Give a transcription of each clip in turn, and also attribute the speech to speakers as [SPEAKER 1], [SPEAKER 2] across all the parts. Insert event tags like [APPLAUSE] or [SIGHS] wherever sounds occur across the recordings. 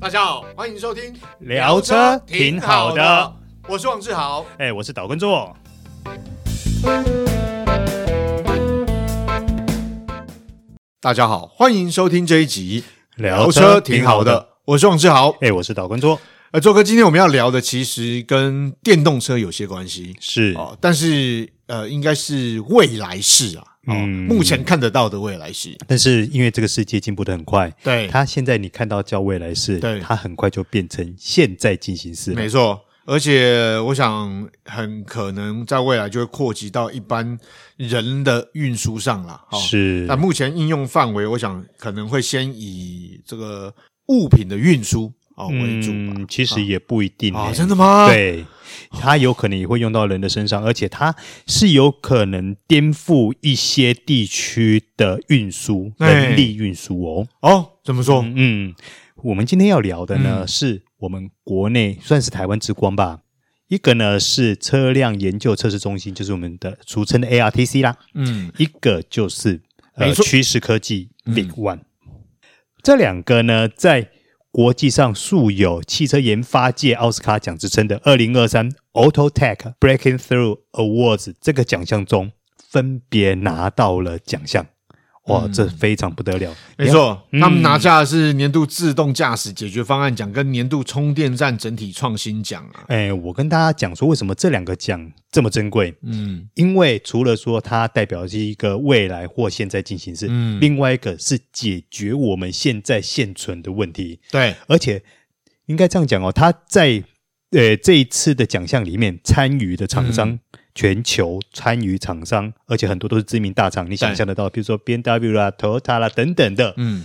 [SPEAKER 1] 大家好，欢迎收听
[SPEAKER 2] 聊车挺好的，
[SPEAKER 1] 我是王志豪。
[SPEAKER 2] 哎、我是岛根座。
[SPEAKER 1] 大家好，欢迎收听这一集
[SPEAKER 2] 聊
[SPEAKER 1] 车
[SPEAKER 2] 车
[SPEAKER 1] 挺
[SPEAKER 2] 挺
[SPEAKER 1] 好
[SPEAKER 2] 好
[SPEAKER 1] 的
[SPEAKER 2] 的，
[SPEAKER 1] 我是王志豪。
[SPEAKER 2] 哎、我是岛根座，
[SPEAKER 1] 呃，周哥，今天我们要聊的其实跟电动车有些关系
[SPEAKER 2] 是、
[SPEAKER 1] 哦，但是呃，应该是未来式啊，哦，
[SPEAKER 2] 嗯
[SPEAKER 1] 目前看得到的未来式，
[SPEAKER 2] 但是因为这个世界进步的很快，
[SPEAKER 1] 对，
[SPEAKER 2] 它现在你看到叫未来式
[SPEAKER 1] 对，
[SPEAKER 2] 它很快就变成现在进行式了。
[SPEAKER 1] 没错。而且我想，很可能在未来就会扩及到一般人的运输上啦。哦、
[SPEAKER 2] 是
[SPEAKER 1] 那，目前应用范围，我想可能会先以这个物品的运输哦为主吧。
[SPEAKER 2] 嗯，其实也不一定、
[SPEAKER 1] 啊、
[SPEAKER 2] 欸
[SPEAKER 1] 真的吗？，
[SPEAKER 2] 对，它有可能也会用到人的身上，而且它是有可能颠覆一些地区的运输
[SPEAKER 1] 哎
[SPEAKER 2] 人力运输哦。
[SPEAKER 1] 哦，嗯怎么说？
[SPEAKER 2] 嗯，我们今天要聊的呢，是我们国内算是台湾之光吧。一个呢是车辆研究测试中心，就是我们的俗称的 ARTC 啦；
[SPEAKER 1] 嗯，
[SPEAKER 2] 一个就是
[SPEAKER 1] 没
[SPEAKER 2] 呃
[SPEAKER 1] 错嗯
[SPEAKER 2] 趋势科技 Big One。这两个呢，在国际上素有汽车研发界奥斯卡奖之称的二零二三 Auto Tech Breaking Through Awards 这个奖项中，分别拿到了奖项。哇，这非常不得了！
[SPEAKER 1] 嗯没错，
[SPEAKER 2] 嗯
[SPEAKER 1] 他们拿下的是年度自动驾驶解决方案奖跟年度充电站整体创新奖啊。
[SPEAKER 2] 哎，我跟大家讲说，为什么这两个奖这么珍贵？
[SPEAKER 1] 嗯
[SPEAKER 2] 因为除了说它代表是一个未来或现在进行式，
[SPEAKER 1] 嗯，
[SPEAKER 2] 另外一个是解决我们现在现存的问题，
[SPEAKER 1] 对，
[SPEAKER 2] 而且应该这样讲哦，它在呃这一次的奖项里面参与的厂
[SPEAKER 1] 嗯
[SPEAKER 2] 商。全球参与厂商，而且很多都是知名大厂，你想象得到，比如说 B N W 啦、Toyota 啦等等的，
[SPEAKER 1] 嗯，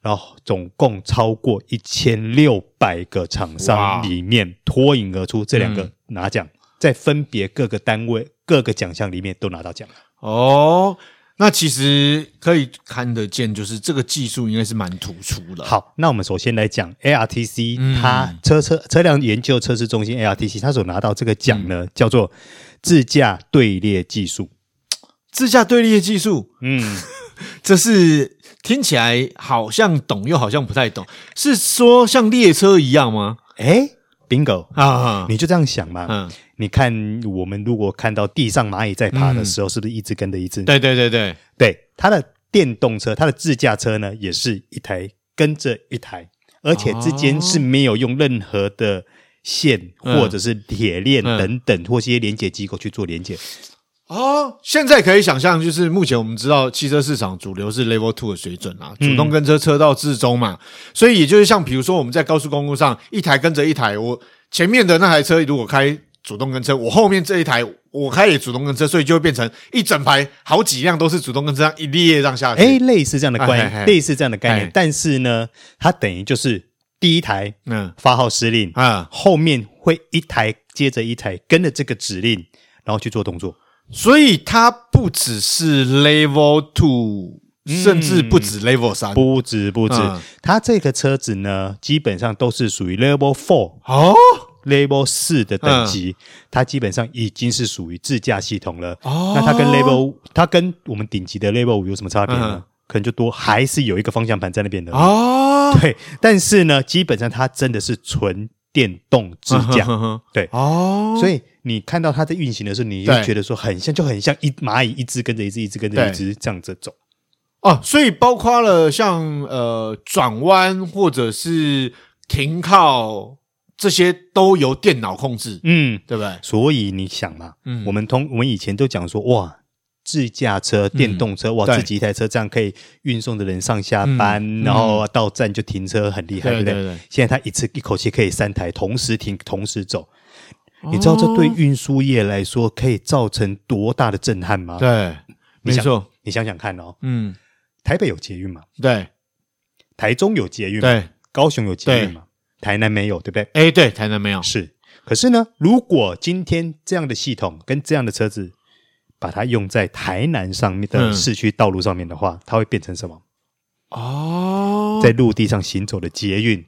[SPEAKER 2] 然后总共超过一千六百个厂
[SPEAKER 1] 哇嗯
[SPEAKER 2] 商里面脱颖而出，这两个拿奖，在分别各个单位、各个奖项里面都拿到奖。
[SPEAKER 1] 哦。那其实可以看得见，就是这个技术应该是蛮突出的。，
[SPEAKER 2] 好，那我们首先来讲
[SPEAKER 1] 呃
[SPEAKER 2] ARTC，、
[SPEAKER 1] 嗯
[SPEAKER 2] 它车车车辆研究测试中心 ARTC，它所拿到这个奖呢，
[SPEAKER 1] 嗯
[SPEAKER 2] 叫做自驾队列技术。
[SPEAKER 1] 自驾队列技术， [LAUGHS]
[SPEAKER 2] 嗯，
[SPEAKER 1] 这是听起来好像懂又好像不太懂，是说像列车一样吗？
[SPEAKER 2] 哎，bingo，
[SPEAKER 1] 啊，
[SPEAKER 2] 你就这样想嘛。
[SPEAKER 1] 嗯，
[SPEAKER 2] 你看，我们如果看到地上蚂蚁在爬
[SPEAKER 1] 嗯
[SPEAKER 2] 的时候，是不是一只跟着一只？
[SPEAKER 1] 对对对对，
[SPEAKER 2] 对，它的电动车，它的自驾车呢，也是一台跟着一台，而且之间是没有用任何的线、
[SPEAKER 1] 嗯
[SPEAKER 2] 或者是铁链
[SPEAKER 1] 嗯
[SPEAKER 2] 等等，或是一些连接机构去做连接。
[SPEAKER 1] 哦，现在可以想象，就是目前我们知道汽车市场主流是 Level Two 的水准啦，主动跟车车道至中嘛，所以也就是像比如说我们在高速公路上一台跟着一台，我前面的那台车如果开主动跟车，我后面这一台我开也主动跟车，所以就会变成一整排好几辆都是主动跟车，这样一列这样下去。
[SPEAKER 2] 哎，类似这样的概
[SPEAKER 1] 哎哎哎
[SPEAKER 2] 念，类似这样的概
[SPEAKER 1] 哎
[SPEAKER 2] 念，但是呢，它等于就是第一台
[SPEAKER 1] 嗯
[SPEAKER 2] 发号施令，
[SPEAKER 1] 啊，
[SPEAKER 2] 后面会一台接着一台跟着这个指令，然后去做动作。
[SPEAKER 1] 所以它不只是 Level Two，、甚至不止 Level 三。
[SPEAKER 2] 不止不止
[SPEAKER 1] 嗯，
[SPEAKER 2] 它这个车子呢，基本上都是属于 Level Four
[SPEAKER 1] 哦
[SPEAKER 2] Level 四的等级，它基本上已经是属于自驾系统了。
[SPEAKER 1] 嗯哦
[SPEAKER 2] 那它跟 Level 它跟我们顶级的 Level 五有什么差别呢？
[SPEAKER 1] 嗯
[SPEAKER 2] 可能就多还是有一个方向盘在那边的。
[SPEAKER 1] 哦，
[SPEAKER 2] [LAUGHS] 对，但是呢，基本上它真的是纯电动自驾。对
[SPEAKER 1] 嗯 [LAUGHS] 哦，
[SPEAKER 2] 所以你看到它在运行的时候，你就
[SPEAKER 1] 对
[SPEAKER 2] 觉得说很像，就很像一蚂蚁一只跟着一只，一只跟着一只这样子走。
[SPEAKER 1] 哦，所以包括了像呃转弯或者是停靠这些都由电脑控制，
[SPEAKER 2] 嗯，
[SPEAKER 1] 对不对？
[SPEAKER 2] 所以你想嘛，
[SPEAKER 1] 嗯
[SPEAKER 2] 我们通我们以前都讲说，哇，自驾车、电动车，
[SPEAKER 1] 嗯
[SPEAKER 2] 哇，
[SPEAKER 1] 对
[SPEAKER 2] 自己一台车这样可以运送的人上下班，
[SPEAKER 1] 嗯
[SPEAKER 2] 然后到站就停车，很厉害，
[SPEAKER 1] 对
[SPEAKER 2] 不
[SPEAKER 1] 对对
[SPEAKER 2] 现在它一次一口气可以三台同时停、同时走，
[SPEAKER 1] 哦
[SPEAKER 2] 你知道这对运输业来说可以造成多大的震撼吗？
[SPEAKER 1] 对，没
[SPEAKER 2] 你想
[SPEAKER 1] 错，
[SPEAKER 2] 你想想看哦，
[SPEAKER 1] 嗯，
[SPEAKER 2] 台北有捷运嘛，
[SPEAKER 1] 对
[SPEAKER 2] 台中有捷运嘛，
[SPEAKER 1] 对，
[SPEAKER 2] 高雄有捷运嘛，台南没有，对不对？
[SPEAKER 1] 哎，对，台南没有，
[SPEAKER 2] 是，可是呢，如果今天这样的系统跟这样的车子，把它用在台南上面的
[SPEAKER 1] 嗯
[SPEAKER 2] 市区道路上面的话，它会变成什么？
[SPEAKER 1] 哦
[SPEAKER 2] 在陆地上行走的捷运，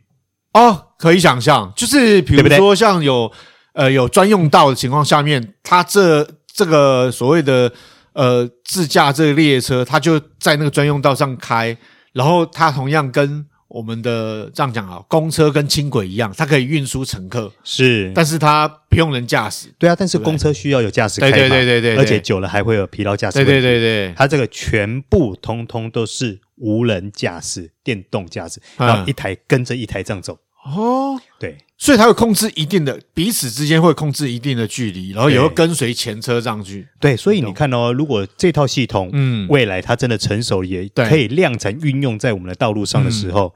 [SPEAKER 1] 哦，可以想象，就是比
[SPEAKER 2] 对
[SPEAKER 1] 如
[SPEAKER 2] 不对
[SPEAKER 1] 说像有呃有专用道的情况下面，它这这个所谓的呃自驾这个列车，它就在那个专用道上开，然后它同样跟我们的这样讲啊，公车跟轻轨一样，它可以运输乘客，
[SPEAKER 2] 是，
[SPEAKER 1] 但是它不用人驾驶。
[SPEAKER 2] 对啊，但是公车需要有驾驶开嘛，
[SPEAKER 1] 对对对对对
[SPEAKER 2] 而且久了还会有疲劳驾
[SPEAKER 1] 对
[SPEAKER 2] 驶问题。
[SPEAKER 1] 对对对，
[SPEAKER 2] 它这个全部通通都是无人驾驶、电动驾驶，
[SPEAKER 1] 嗯
[SPEAKER 2] 然后一台跟着一台这样走。
[SPEAKER 1] 哦，
[SPEAKER 2] 对，
[SPEAKER 1] 所以它会控制一定的彼此之间会控制一定的距离，然后也
[SPEAKER 2] 对
[SPEAKER 1] 会跟随前车上去。
[SPEAKER 2] 对，所以你看哦，如果这套系统，
[SPEAKER 1] 嗯
[SPEAKER 2] 未来它真的成熟，也
[SPEAKER 1] 对嗯
[SPEAKER 2] 可以量产运用在我们的道路上的时候，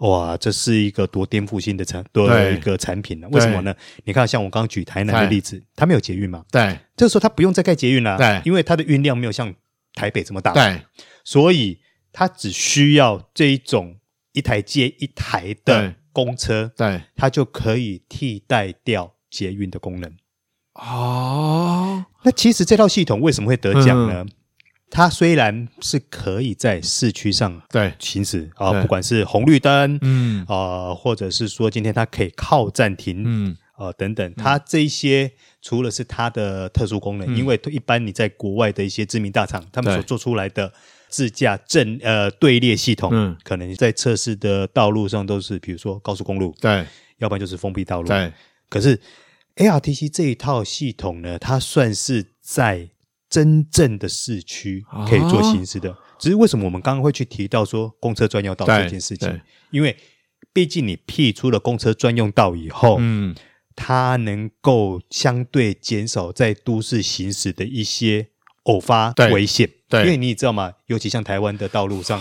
[SPEAKER 2] 哇，这是一个多颠覆性的产，多
[SPEAKER 1] 对
[SPEAKER 2] 一个产品啊呢、为什么呢？你看，像我刚刚举台南的
[SPEAKER 1] 对
[SPEAKER 2] 例子，它没有捷运嘛，
[SPEAKER 1] 对
[SPEAKER 2] 这时候它不用再盖捷运啦、
[SPEAKER 1] 对
[SPEAKER 2] 因为它的运量没有像台北这么大，，
[SPEAKER 1] 对
[SPEAKER 2] 所以它只需要这一种一台接一台的
[SPEAKER 1] 对
[SPEAKER 2] 公车，
[SPEAKER 1] 对，
[SPEAKER 2] 它就可以替代掉捷运的功能。
[SPEAKER 1] 哦，
[SPEAKER 2] 那其实这套系统为什么会得奖
[SPEAKER 1] 嗯
[SPEAKER 2] 呢？它虽然是可以在市区上
[SPEAKER 1] 对，
[SPEAKER 2] 行驶啊、
[SPEAKER 1] 对
[SPEAKER 2] 不管是红绿灯，
[SPEAKER 1] 嗯
[SPEAKER 2] 呃，或者是说今天它可以靠站停，
[SPEAKER 1] 嗯，
[SPEAKER 2] 呃，等等，它这一些除了是它的特殊功能，因为一般你在国外的一些知名大厂，他们
[SPEAKER 1] 嗯对
[SPEAKER 2] 所做出来的自驾阵呃队列系统，
[SPEAKER 1] 嗯
[SPEAKER 2] 可能在测试的道路上都是，比如说高速公路，
[SPEAKER 1] 对
[SPEAKER 2] 要不然就是封闭道路，
[SPEAKER 1] 对
[SPEAKER 2] 可是 ARTC 这一套系统呢，它算是在真正的市区
[SPEAKER 1] 啊
[SPEAKER 2] 可以做行驶的。只是为什么我们刚刚会去提到说公车专用道
[SPEAKER 1] 对
[SPEAKER 2] 这件事情
[SPEAKER 1] 对？
[SPEAKER 2] 因为毕竟你辟出了公车专用道以后，
[SPEAKER 1] 嗯，
[SPEAKER 2] 它能够相对减少在都市行驶的一些偶发
[SPEAKER 1] 对
[SPEAKER 2] 危险。
[SPEAKER 1] 对
[SPEAKER 2] 因为你也知道嘛，尤其像台湾的道
[SPEAKER 1] [SIGHS]
[SPEAKER 2] 路上。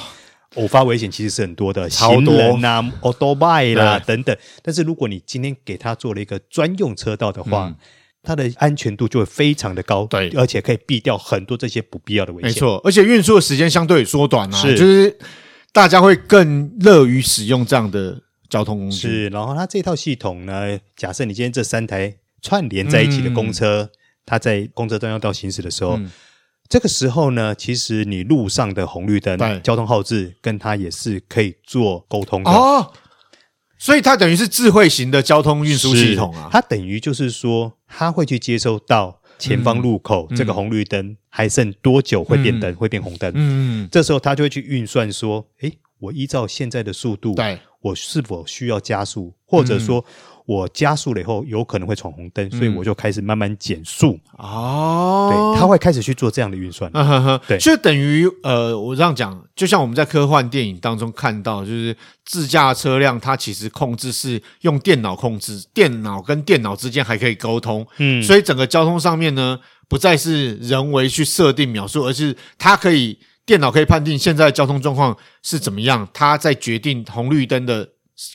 [SPEAKER 2] 偶发危险其实是很多的，
[SPEAKER 1] 超
[SPEAKER 2] 行
[SPEAKER 1] 多
[SPEAKER 2] 人呐、啊、a u t o b i 啦等等。但是如果你今天给它做了一个专用车道的话，它的安全度就会非常的高，
[SPEAKER 1] 嗯对
[SPEAKER 2] 而且可以避掉很多这些不必要的危险。
[SPEAKER 1] 没，错，而且运输的时间相对也缩短啊，
[SPEAKER 2] 是
[SPEAKER 1] 就是大家会更乐于使用这样的交通工具。
[SPEAKER 2] 是。然后它这套系统呢，假设你今天这三台串联在一起的公车，
[SPEAKER 1] 嗯
[SPEAKER 2] 它在公车专用道行驶的时候，这个时候呢，其实你路上的红绿灯
[SPEAKER 1] 对、
[SPEAKER 2] 交通号志跟它也是可以做沟通的。
[SPEAKER 1] 哦，所以它等于是智慧型的交通运输系统
[SPEAKER 2] 是
[SPEAKER 1] 啊。
[SPEAKER 2] 它等于就是说，它会去接收到前方路口、这个红绿灯还剩多久会变灯、会变红灯。
[SPEAKER 1] 嗯，
[SPEAKER 2] 这时候它就会去运算说，诶，我依照现在的速度，
[SPEAKER 1] 对，
[SPEAKER 2] 我是否需要加速，或
[SPEAKER 1] 嗯
[SPEAKER 2] 者说我加速了以后有可能会闯红灯，所以我就开始慢慢减速。
[SPEAKER 1] 哦，
[SPEAKER 2] 对，它会开始去做这样的运算。
[SPEAKER 1] 嗯哼哼，
[SPEAKER 2] 对
[SPEAKER 1] 就等于呃，我这样讲，就像我们在科幻电影当中看到，就是自驾车辆它其实控制是用电脑控制，电脑跟电脑之间还可以沟通，
[SPEAKER 2] 嗯
[SPEAKER 1] 所以整个交通上面呢，不再是人为去设定描述，而是它可以电脑可以判定现在的交通状况是怎么样，它在决定红绿灯的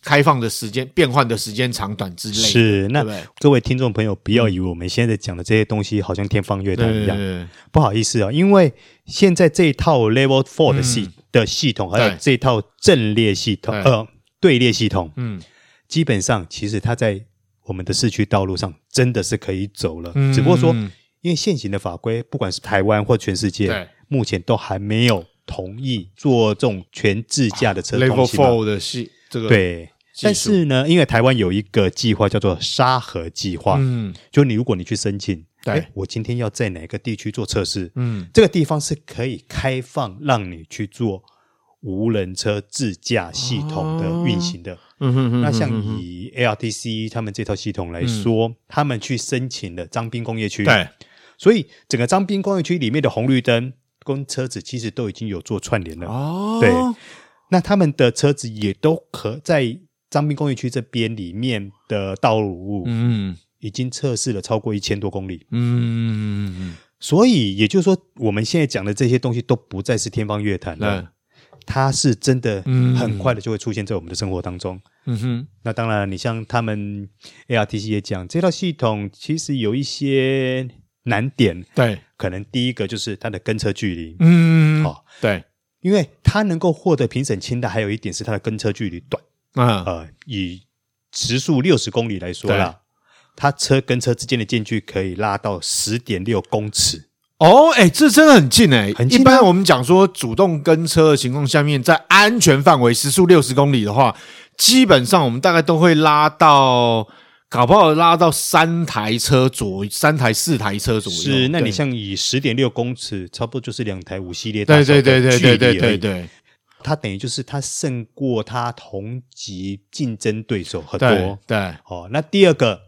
[SPEAKER 1] 开放的时间、变换的时间长短之类的。
[SPEAKER 2] 是，那
[SPEAKER 1] 对不对
[SPEAKER 2] 各位听众朋友，不要以为我们现在讲的这些东西好像天方夜
[SPEAKER 1] 对
[SPEAKER 2] 谭
[SPEAKER 1] 对
[SPEAKER 2] 一
[SPEAKER 1] 对
[SPEAKER 2] 样，
[SPEAKER 1] 对，
[SPEAKER 2] 不好意思啊，因为现在这一套 Level Four 的系、的系统，还有
[SPEAKER 1] 嗯对
[SPEAKER 2] 这一套阵列系统，
[SPEAKER 1] 对
[SPEAKER 2] 呃，队列系统，
[SPEAKER 1] 嗯，
[SPEAKER 2] 基本上其实它在我们的市区道路上真的是可以走了，
[SPEAKER 1] 嗯
[SPEAKER 2] 只不过说
[SPEAKER 1] 嗯，
[SPEAKER 2] 因为现行的法规，不管是台湾或全世界
[SPEAKER 1] 对，
[SPEAKER 2] 目前都还没有同意做这种全自驾的车通
[SPEAKER 1] 啊 Level
[SPEAKER 2] 行嘛。
[SPEAKER 1] Four 的系这个，
[SPEAKER 2] 对，
[SPEAKER 1] 技术
[SPEAKER 2] 但是呢，因为台湾有一个计划叫做沙河计划，
[SPEAKER 1] 嗯
[SPEAKER 2] 就你如果你去申请，
[SPEAKER 1] 对
[SPEAKER 2] 诶我今天要在哪个地区做测试，
[SPEAKER 1] 嗯。
[SPEAKER 2] 这个地方是可以开放让你去做无人车自驾系统的运行的。
[SPEAKER 1] 嗯哼哼嗯
[SPEAKER 2] 那像以 ARTC 他们这套系统来说，他们去申请了张滨工业区，，
[SPEAKER 1] 对
[SPEAKER 2] 所以整个张滨工业区里面的红绿灯跟车子其实都已经有做串联了。
[SPEAKER 1] 哦
[SPEAKER 2] 对那他们的车子也都可在张滨工业区这边里面的道路
[SPEAKER 1] 嗯
[SPEAKER 2] 已经测试了超过一千多公里，
[SPEAKER 1] 嗯
[SPEAKER 2] 所以也就是说，我们现在讲的这些东西都不再是天方夜谭了。
[SPEAKER 1] 对
[SPEAKER 2] 它是真的
[SPEAKER 1] 嗯
[SPEAKER 2] 很快的就会出现在我们的生活当中。
[SPEAKER 1] 嗯哼
[SPEAKER 2] 那当然，你像他们 ARTC 也讲，这套系统其实有一些难点，
[SPEAKER 1] 对
[SPEAKER 2] 可能第一个就是它的跟车距离，哦
[SPEAKER 1] 嗯
[SPEAKER 2] 好
[SPEAKER 1] 对
[SPEAKER 2] 因为它能够获得评审青睐，还有一点是它的跟车距离短。
[SPEAKER 1] 啊
[SPEAKER 2] 呃，以时速六十公里来说啦，它车跟车之间的间距可以拉到十点六公尺。
[SPEAKER 1] 哦哎这真的很近哎
[SPEAKER 2] 很近啊
[SPEAKER 1] 一般我们讲说主动跟车的情况下面在安全范围时速六十公里的话基本上我们大概都会拉到搞不好拉到三台车左三台四台车左右
[SPEAKER 2] 是，那你
[SPEAKER 1] 对
[SPEAKER 2] 像以十点六公尺，差不多就是两台五系列大
[SPEAKER 1] 对
[SPEAKER 2] 小的
[SPEAKER 1] 对对对
[SPEAKER 2] 距
[SPEAKER 1] 对
[SPEAKER 2] 离
[SPEAKER 1] 对
[SPEAKER 2] 而已
[SPEAKER 1] 对对
[SPEAKER 2] 它等于就是它胜过它同级竞争对手很
[SPEAKER 1] 对
[SPEAKER 2] 多。
[SPEAKER 1] 对
[SPEAKER 2] 哦，那第二个，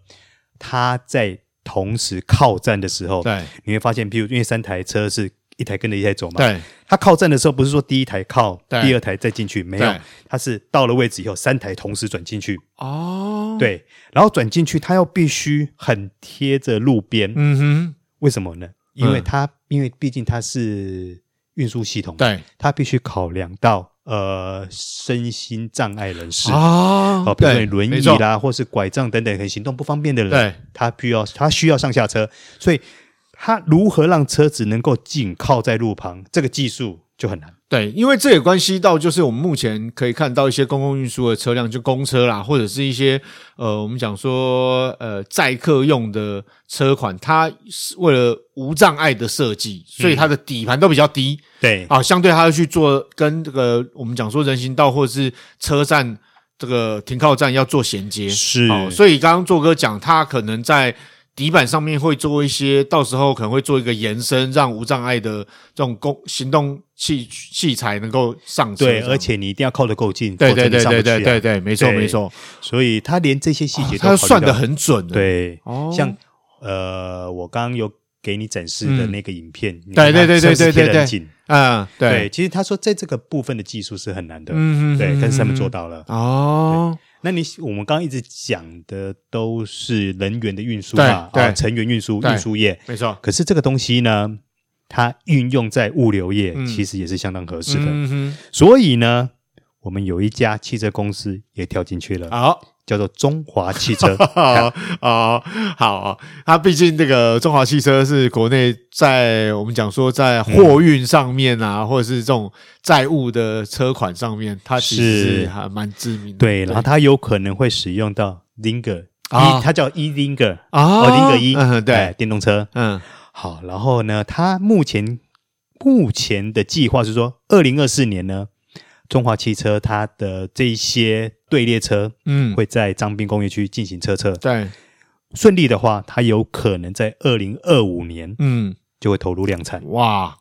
[SPEAKER 2] 它在同时靠站的时候，
[SPEAKER 1] 对
[SPEAKER 2] 你会发现，譬如因为三台车是一台跟着一台走嘛，
[SPEAKER 1] 对，
[SPEAKER 2] 它靠站的时候不是说第一台靠，
[SPEAKER 1] 对
[SPEAKER 2] 第二台再进去，没有
[SPEAKER 1] 对，
[SPEAKER 2] 它是到了位置以后，三台同时转进去，
[SPEAKER 1] 哦，，
[SPEAKER 2] 对，然后转进去，它要必须很贴着路边，
[SPEAKER 1] 嗯哼，
[SPEAKER 2] 为什么呢？因为
[SPEAKER 1] 嗯
[SPEAKER 2] 它、因为毕竟它是运输系统，，
[SPEAKER 1] 对，
[SPEAKER 2] 它必须考量到呃身心障碍人士。
[SPEAKER 1] 啊
[SPEAKER 2] 哦，比如说你轮椅，啦，或是拐杖等等，很行动不方便的人，
[SPEAKER 1] 对，
[SPEAKER 2] 他需要他需要上下车，所以他如何让车子能够紧靠在路旁，这个技术就很难。
[SPEAKER 1] 对，因为这也关系到，就是我们目前可以看到一些公共运输的车辆，就公车啦，或者是一些呃，我们讲说呃载客用的车款，它是为了无障碍的设计，所以它的底盘都比较低、
[SPEAKER 2] 对
[SPEAKER 1] 啊，相对它要去做跟这个我们讲说人行道或者是车站这个停靠站要做衔接，
[SPEAKER 2] 是
[SPEAKER 1] 哦，所以刚刚做哥讲，他可能在底板上面会做一些，到时候可能会做一个延伸，让无障碍的这种工行动器器材能够上车这
[SPEAKER 2] 对，
[SPEAKER 1] 样。
[SPEAKER 2] 而且你一定要靠得够近，
[SPEAKER 1] 对
[SPEAKER 2] 否则
[SPEAKER 1] 对
[SPEAKER 2] 你
[SPEAKER 1] 对
[SPEAKER 2] 上
[SPEAKER 1] 对
[SPEAKER 2] 不去啊
[SPEAKER 1] 对对对，没错
[SPEAKER 2] 对
[SPEAKER 1] 没错，
[SPEAKER 2] 所以他连这些细节都
[SPEAKER 1] 他算
[SPEAKER 2] 的
[SPEAKER 1] 的很准的。
[SPEAKER 2] 对，
[SPEAKER 1] 哦
[SPEAKER 2] 像呃，我刚刚有给你展示的
[SPEAKER 1] 嗯
[SPEAKER 2] 那个影片，你
[SPEAKER 1] 对对
[SPEAKER 2] 看
[SPEAKER 1] 对对
[SPEAKER 2] 它车
[SPEAKER 1] 对
[SPEAKER 2] 子贴得
[SPEAKER 1] 对
[SPEAKER 2] 很
[SPEAKER 1] 对
[SPEAKER 2] 紧
[SPEAKER 1] 嗯，
[SPEAKER 2] 对，
[SPEAKER 1] 对，
[SPEAKER 2] 其实他说在这个部分的技术是很难的，
[SPEAKER 1] 嗯
[SPEAKER 2] 对，但是他们做
[SPEAKER 1] 到
[SPEAKER 2] 到了。
[SPEAKER 1] 哦，
[SPEAKER 2] 那你我们刚刚一直讲的都是人员的运输嘛，
[SPEAKER 1] 对
[SPEAKER 2] 啊，
[SPEAKER 1] 对
[SPEAKER 2] 成员运输、
[SPEAKER 1] 对
[SPEAKER 2] 运输业。
[SPEAKER 1] 没错，
[SPEAKER 2] 可是这个东西呢，它运用在物流业，
[SPEAKER 1] 嗯
[SPEAKER 2] 其实也是相当合适的。
[SPEAKER 1] 嗯
[SPEAKER 2] 所以呢，我们有一家汽车公司也跳进去了，
[SPEAKER 1] 哼，好。
[SPEAKER 2] 叫做中华
[SPEAKER 1] [LAUGHS]
[SPEAKER 2] 汽车。
[SPEAKER 1] 哦哦，好，它毕竟这个中华汽车是国内在我们讲说在
[SPEAKER 2] 嗯
[SPEAKER 1] 货运上面啊，或者是这种载物的车款上面，它其实
[SPEAKER 2] 是
[SPEAKER 1] 是还蛮知名的。
[SPEAKER 2] 对，然后它有可能会使用到 Linger，
[SPEAKER 1] 啊
[SPEAKER 2] 一它叫 E Linger，
[SPEAKER 1] 啊
[SPEAKER 2] 哦，Linger 一，
[SPEAKER 1] 嗯对
[SPEAKER 2] 哎电动车。
[SPEAKER 1] 嗯
[SPEAKER 2] 好，然后呢，它目前目前的计划是说，二零二四年呢，中华汽车它的这一些队列车
[SPEAKER 1] 嗯，
[SPEAKER 2] 会在彰滨工业区进行车测，
[SPEAKER 1] 对，
[SPEAKER 2] 顺利的话，它有可能在二零二五年
[SPEAKER 1] 嗯，
[SPEAKER 2] 就会投入量产。
[SPEAKER 1] 哇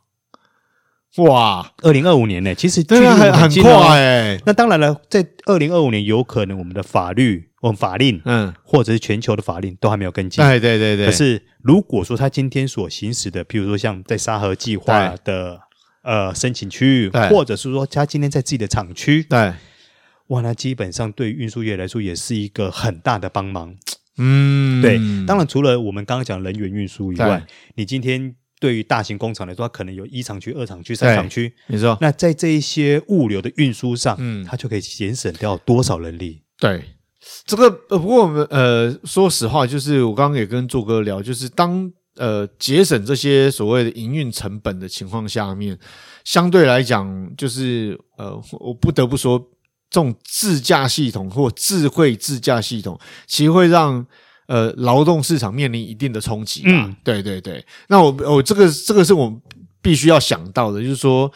[SPEAKER 1] 哇，
[SPEAKER 2] 二零二五年呢，其实距
[SPEAKER 1] 真
[SPEAKER 2] 离
[SPEAKER 1] 的
[SPEAKER 2] 我们
[SPEAKER 1] 啊很很
[SPEAKER 2] 近
[SPEAKER 1] 快
[SPEAKER 2] 哦
[SPEAKER 1] 哎、
[SPEAKER 2] 那当然了，在二零二五年，有可能我们的法律、我们法令，
[SPEAKER 1] 嗯，
[SPEAKER 2] 或者是全球的法令都还没有跟进。
[SPEAKER 1] 对对对对，
[SPEAKER 2] 可是如果说他今天所行使的，譬如说像在沙河计划的呃申请区域
[SPEAKER 1] 对，
[SPEAKER 2] 或者是说他今天在自己的厂区，
[SPEAKER 1] 对，
[SPEAKER 2] 哇，那基本上对运输业来说也是一个很大的帮忙。
[SPEAKER 1] 嗯，
[SPEAKER 2] 对，当然除了我们刚刚讲人员运输以外
[SPEAKER 1] 对，
[SPEAKER 2] 你今天对于大型工厂来说，它可能有一厂区、二厂区、三厂区。
[SPEAKER 1] 你说
[SPEAKER 2] 那在这一些物流的运输上，
[SPEAKER 1] 嗯
[SPEAKER 2] 它就可以节省掉多少人力？
[SPEAKER 1] 对，这个呃，不过我们呃，说实话，就是我刚刚也跟做哥聊，就是当呃节省这些所谓的营运成本的情况下面，相对来讲，就是呃，我不得不说，这种自驾系统或智慧自驾系统，其实会让。呃，劳动市场面临一定的冲击吧。
[SPEAKER 2] 嗯
[SPEAKER 1] 对对对，那我我这个这个是我们必须要想到的，就是说，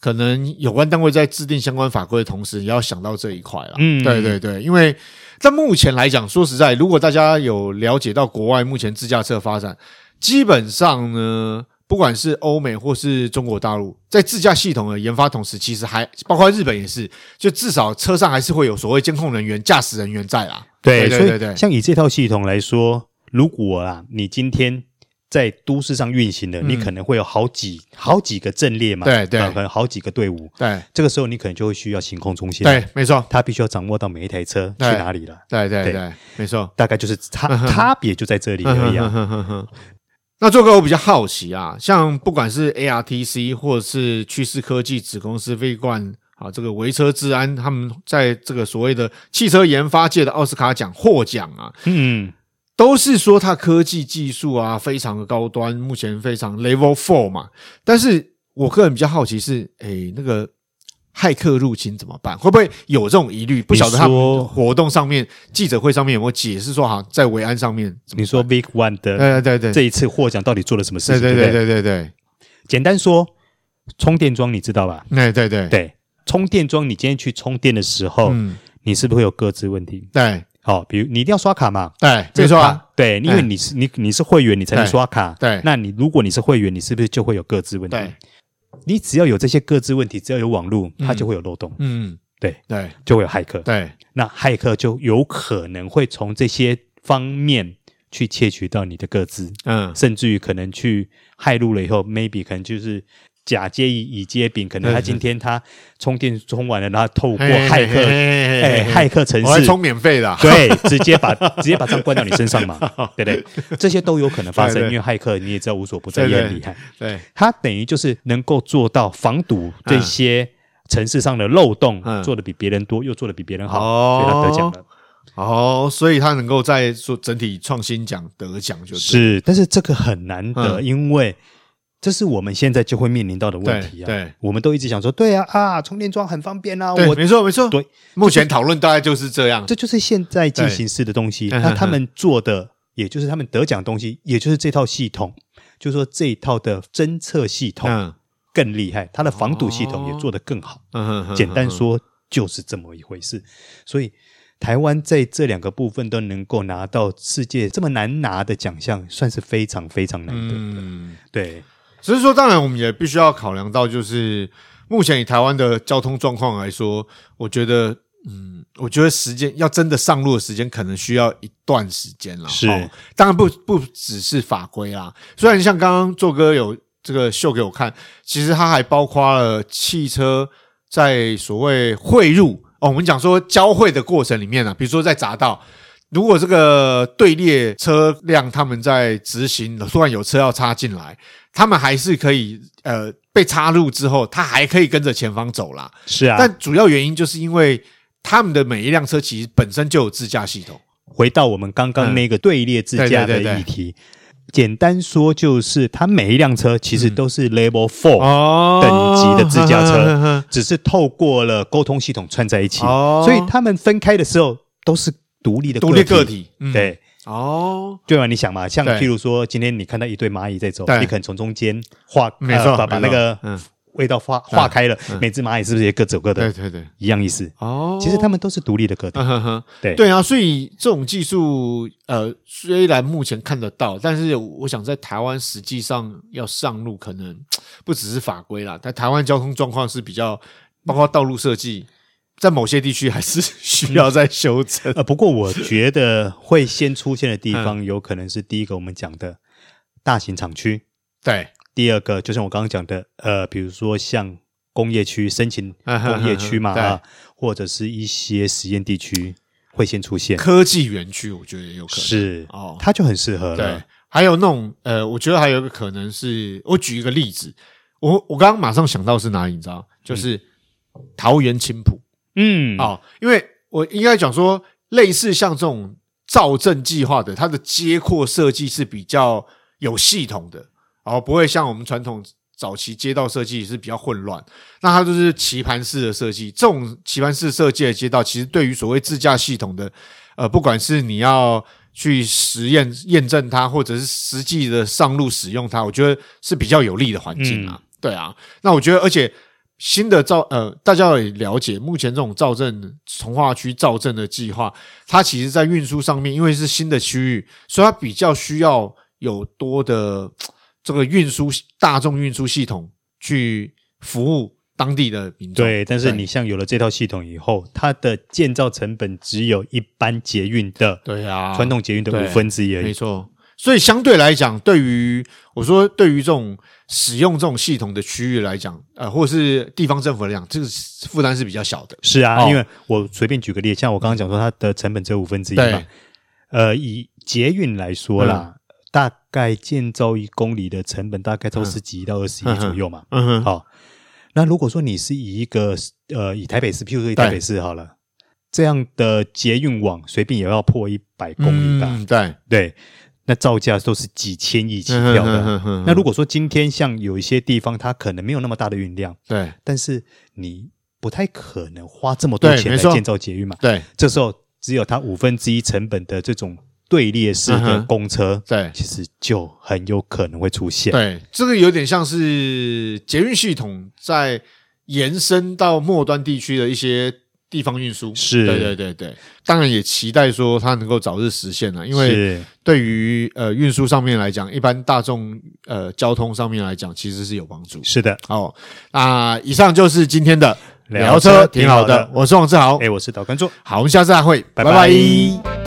[SPEAKER 1] 可能有关单位在制定相关法规的同时，也要想到这一块啦。
[SPEAKER 2] 嗯
[SPEAKER 1] 对对对，因为在目前来讲，说实在，如果大家有了解到国外目前自驾车的发展，基本上呢，不管是欧美或是中国大陆，在自驾系统的研发同时，其实还包括日本也是，就至少车上还是会有所谓监控人员、驾驶人员在啦。对对
[SPEAKER 2] 所
[SPEAKER 1] 对
[SPEAKER 2] 以，像以这套系统来说，如果啊，你今天在都市上运行的，
[SPEAKER 1] 嗯
[SPEAKER 2] 你可能会有好几好几个阵列嘛，
[SPEAKER 1] 对对
[SPEAKER 2] 啊可能好几个队伍。
[SPEAKER 1] 对
[SPEAKER 2] 这个时候，你可能就会需要行控中心，，
[SPEAKER 1] 对，没错，
[SPEAKER 2] 他必须要掌握到每一台车去
[SPEAKER 1] 对嗯
[SPEAKER 2] 哪里了，
[SPEAKER 1] 对对
[SPEAKER 2] 对
[SPEAKER 1] 对，没错。
[SPEAKER 2] 大概就是差差别就在这里而
[SPEAKER 1] 嗯
[SPEAKER 2] 已啊。
[SPEAKER 1] 样。那做哥，我比较好奇啊，像不管是 ARTC 或者是趋势科技子公司飞冠啊，这个维车治安，他们在这个所谓的汽车研发界的奥斯卡奖获奖啊，
[SPEAKER 2] 嗯，
[SPEAKER 1] 都是说它科技技术啊非常的高端，目前非常 Level Four 嘛。但是我个人比较好奇是，诶、那个骇客入侵怎么办？会不会有这种疑虑？不晓得他
[SPEAKER 2] 说
[SPEAKER 1] 们活动上面、记者会上面有没有解释说，哈，在维安上面怎么办
[SPEAKER 2] 你说 Big One 的
[SPEAKER 1] 对对对
[SPEAKER 2] 这
[SPEAKER 1] 对
[SPEAKER 2] 一次获奖到底做了什么事
[SPEAKER 1] 对
[SPEAKER 2] 情？
[SPEAKER 1] 对
[SPEAKER 2] 不
[SPEAKER 1] 对对对对
[SPEAKER 2] 简单说，充电桩你知道吧？
[SPEAKER 1] 对对对对，
[SPEAKER 2] 对，哦充电桩你今天去充电的时候，
[SPEAKER 1] 嗯，
[SPEAKER 2] 你是不是会有各自问题？
[SPEAKER 1] 对
[SPEAKER 2] 好，比如你一定要刷卡嘛，
[SPEAKER 1] 对，
[SPEAKER 2] 这
[SPEAKER 1] 没
[SPEAKER 2] 个
[SPEAKER 1] 错啊，
[SPEAKER 2] 卡，对，因为你是你你是会员，你才能
[SPEAKER 1] 对
[SPEAKER 2] 刷卡。
[SPEAKER 1] 对
[SPEAKER 2] 那你如果你是会员，你是不是就会有各自问题？
[SPEAKER 1] 对，
[SPEAKER 2] 你只要有这些各自问题，只要有网络，它就会有漏洞，
[SPEAKER 1] 嗯，
[SPEAKER 2] 对，
[SPEAKER 1] 对
[SPEAKER 2] 就会有骇客。
[SPEAKER 1] 对，
[SPEAKER 2] 那骇客就有可能会从这些方面去窃取到你的个资，
[SPEAKER 1] 嗯，
[SPEAKER 2] 甚至于可能去骇入了以后，maybe 可能就是甲接乙，乙接丙，可能他
[SPEAKER 1] 嗯
[SPEAKER 2] 今天他充电充完了，然后透
[SPEAKER 1] 嘿
[SPEAKER 2] 过
[SPEAKER 1] 嘿
[SPEAKER 2] 骇客，
[SPEAKER 1] 嘿嘿嘿
[SPEAKER 2] 哎，
[SPEAKER 1] 嘿
[SPEAKER 2] 骇客城
[SPEAKER 1] 我还
[SPEAKER 2] 市。
[SPEAKER 1] 充免费 [LAUGHS] 的啊，
[SPEAKER 2] 对，直接把 [LAUGHS] 直接把账关到你身
[SPEAKER 1] [LAUGHS]
[SPEAKER 2] 上嘛，对不对？这些都有可能发生，
[SPEAKER 1] 对对
[SPEAKER 2] 因为骇客你也知道无所不在，
[SPEAKER 1] 对对
[SPEAKER 2] 也很厉害。
[SPEAKER 1] 对，
[SPEAKER 2] 他等于就是能够做到防堵这些城市上的漏洞，
[SPEAKER 1] 嗯
[SPEAKER 2] 做的比别人多，又做的比别人好，
[SPEAKER 1] 哦
[SPEAKER 2] 所以他得奖了。
[SPEAKER 1] 哦，所以他能够在说整体创新奖得奖就对
[SPEAKER 2] 是，但是这个很难得，
[SPEAKER 1] 嗯
[SPEAKER 2] 因为这是我们现在就会面临到的问题啊。
[SPEAKER 1] 对对
[SPEAKER 2] 我们都一直想说，对啊啊，充电桩很方便啊，
[SPEAKER 1] 对，
[SPEAKER 2] 我
[SPEAKER 1] 没错没错，
[SPEAKER 2] 对，
[SPEAKER 1] 目前讨论大概就是这样，
[SPEAKER 2] 这就是现在进行式的东西。
[SPEAKER 1] 对嗯
[SPEAKER 2] 那他们做的，也就是他们得奖的东西，也就是这套系统，就是说这一套的侦测系统
[SPEAKER 1] 嗯哦
[SPEAKER 2] 更厉害，它的防堵系统也做得更好。
[SPEAKER 1] 嗯哼哼
[SPEAKER 2] 简单
[SPEAKER 1] 哼
[SPEAKER 2] 说就是这么一回事。所以台湾在这两个部分都能够拿到世界这么难拿的奖项，算是非常非常难得的。
[SPEAKER 1] 嗯，
[SPEAKER 2] 对，
[SPEAKER 1] 只是说，当然我们也必须要考量到，就是目前以台湾的交通状况来说，我觉得。嗯，我觉得时间要真的上路的时间，可能需要一段时间了。
[SPEAKER 2] 是
[SPEAKER 1] 哦当然不不只是法规啦。虽然像刚刚做哥有这个秀给我看，其实它还包括了汽车在所谓汇入哦，我们讲说交汇的过程里面呢、啊比如说在匝道，如果这个队列车辆他们在执行，突然有车要插进来，他们还是可以呃被插入之后，他还可以跟着前方走啦。
[SPEAKER 2] 是啊。
[SPEAKER 1] 但主要原因就是因为他们的每一辆车其实本身就有自驾系统，
[SPEAKER 2] 回到我们刚刚那个队列自驾
[SPEAKER 1] 嗯
[SPEAKER 2] 的
[SPEAKER 1] 对对对对
[SPEAKER 2] 议题，简单说就是，它每一辆车其实都是 Level Four，、
[SPEAKER 1] 嗯哦
[SPEAKER 2] 等级的自驾
[SPEAKER 1] [LAUGHS]
[SPEAKER 2] 车， [LAUGHS] 只是透过了沟通系统串在一起，
[SPEAKER 1] 哦
[SPEAKER 2] 所以他们分开的时候都是独立的
[SPEAKER 1] 独立
[SPEAKER 2] 个
[SPEAKER 1] 个。体，嗯，
[SPEAKER 2] 对，
[SPEAKER 1] 哦，
[SPEAKER 2] 对啊，你想嘛，像
[SPEAKER 1] 对
[SPEAKER 2] 譬如说，今天你看到一对蚂蚁在走，
[SPEAKER 1] 对
[SPEAKER 2] 你可能从中间化，
[SPEAKER 1] 没错
[SPEAKER 2] 呃把把
[SPEAKER 1] 没
[SPEAKER 2] 那
[SPEAKER 1] 错
[SPEAKER 2] 个
[SPEAKER 1] 嗯
[SPEAKER 2] 味道化化开了，每只蚂蚁是不是也各走各
[SPEAKER 1] 对
[SPEAKER 2] 的，
[SPEAKER 1] 对对，
[SPEAKER 2] 一样意思？
[SPEAKER 1] 哦，
[SPEAKER 2] 其实他们都是独立的个体，
[SPEAKER 1] 嗯哼哼，
[SPEAKER 2] 对
[SPEAKER 1] 对啊，所以这种技术，呃，虽然目前看得到，但是我想在台湾实际上要上路，可能不只是法规啦，但台湾交通状况是比较，包括道路设计，在某些地区还是 [LAUGHS] 需要再修正。
[SPEAKER 2] 呃，不过我觉得会先出现的地
[SPEAKER 1] 嗯
[SPEAKER 2] 方，有可能是第一个我们讲的大型厂区，
[SPEAKER 1] 对，
[SPEAKER 2] 第二个就像我刚刚讲的，呃，比如说像工业区申请
[SPEAKER 1] 嗯哼
[SPEAKER 2] 工业区嘛，
[SPEAKER 1] 哼哼
[SPEAKER 2] 啊，或者是一些实验地区会先出现，
[SPEAKER 1] 科技园区我觉得也有可能，
[SPEAKER 2] 是
[SPEAKER 1] 哦
[SPEAKER 2] 它就很适合
[SPEAKER 1] 对
[SPEAKER 2] 了，，
[SPEAKER 1] 还有那种呃，我觉得还有一个可能是，我举一个例子，我我刚刚马上想到是哪里，你知道，就是桃园青浦。
[SPEAKER 2] 嗯，
[SPEAKER 1] 哦，因为我应该讲说，类似像这种造镇计划的，它的街廓设计是比较有系统的，哦，不会像我们传统早期街道设计是比较混乱。那它就是棋盘式的设计，这种棋盘式设计的街道，其实对于所谓自驾系统的，呃，不管是你要。去实验验证它，或者是实际的上路使用它，我觉得是比较有利的环境啊。对啊，那我觉得，而且新的造呃，大家也了解，目前这种造镇从化区造镇的计划，它其实在运输上面，因为是新的区域，所以它比较需要有多的这个运输大众运输系统去服务当地的民众。
[SPEAKER 2] 对，但是你像有了这套系统以后，它的建造成本只有一般捷运的
[SPEAKER 1] 对啊，
[SPEAKER 2] 传统捷运的
[SPEAKER 1] 对
[SPEAKER 2] 五分之一而
[SPEAKER 1] 没
[SPEAKER 2] 已。
[SPEAKER 1] 错。所以相对来讲，对于我说，对于这种使用这种系统的区域来讲，呃，或者是地方政府来讲，这个负担是比较小的。
[SPEAKER 2] 是啊，
[SPEAKER 1] 哦
[SPEAKER 2] 因为我随便举个例，像我刚刚讲说，它的成本只有五分之一嘛
[SPEAKER 1] 对。嗯
[SPEAKER 2] 呃，以捷运来说啦，大概建造一公里的成本大概都十几到二十亿左右嘛。
[SPEAKER 1] 嗯哼，
[SPEAKER 2] 好，那如果说你是以一个呃，以台北市，譬如说以台北市好了，这样的捷运网随便也要破一百公里吧？
[SPEAKER 1] 嗯对，
[SPEAKER 2] 对，那造价都是几千亿起
[SPEAKER 1] 嗯哼嗯
[SPEAKER 2] 跳
[SPEAKER 1] 哼嗯
[SPEAKER 2] 的。
[SPEAKER 1] 哼
[SPEAKER 2] 那如果说今天像有一些地方，它可能没有那么大的运量，
[SPEAKER 1] 对
[SPEAKER 2] 但是你不太可能花这么多
[SPEAKER 1] 对
[SPEAKER 2] 钱
[SPEAKER 1] 没
[SPEAKER 2] 来
[SPEAKER 1] 错
[SPEAKER 2] 建造捷运嘛。
[SPEAKER 1] 对
[SPEAKER 2] 这时候只有它五分之一成本的这种队列式的
[SPEAKER 1] 嗯哼
[SPEAKER 2] 公车，
[SPEAKER 1] 对
[SPEAKER 2] 其实就很有可能会出现。
[SPEAKER 1] 对，这个有点像是捷运系统在延伸到末端地区的一些地方运输。
[SPEAKER 2] 是
[SPEAKER 1] 对对对对，当然也期待说它能够早日实现啊了，因为
[SPEAKER 2] 是
[SPEAKER 1] 对于呃运输上面来讲，一般大众呃交通上面来讲，其实是有帮助。
[SPEAKER 2] 是的，
[SPEAKER 1] 哦，那以上就是今天的
[SPEAKER 2] 聊车挺好的
[SPEAKER 1] 我是王志豪
[SPEAKER 2] 哎、，我是导观众。
[SPEAKER 1] 好，我们下次再会，
[SPEAKER 2] 拜拜
[SPEAKER 1] 拜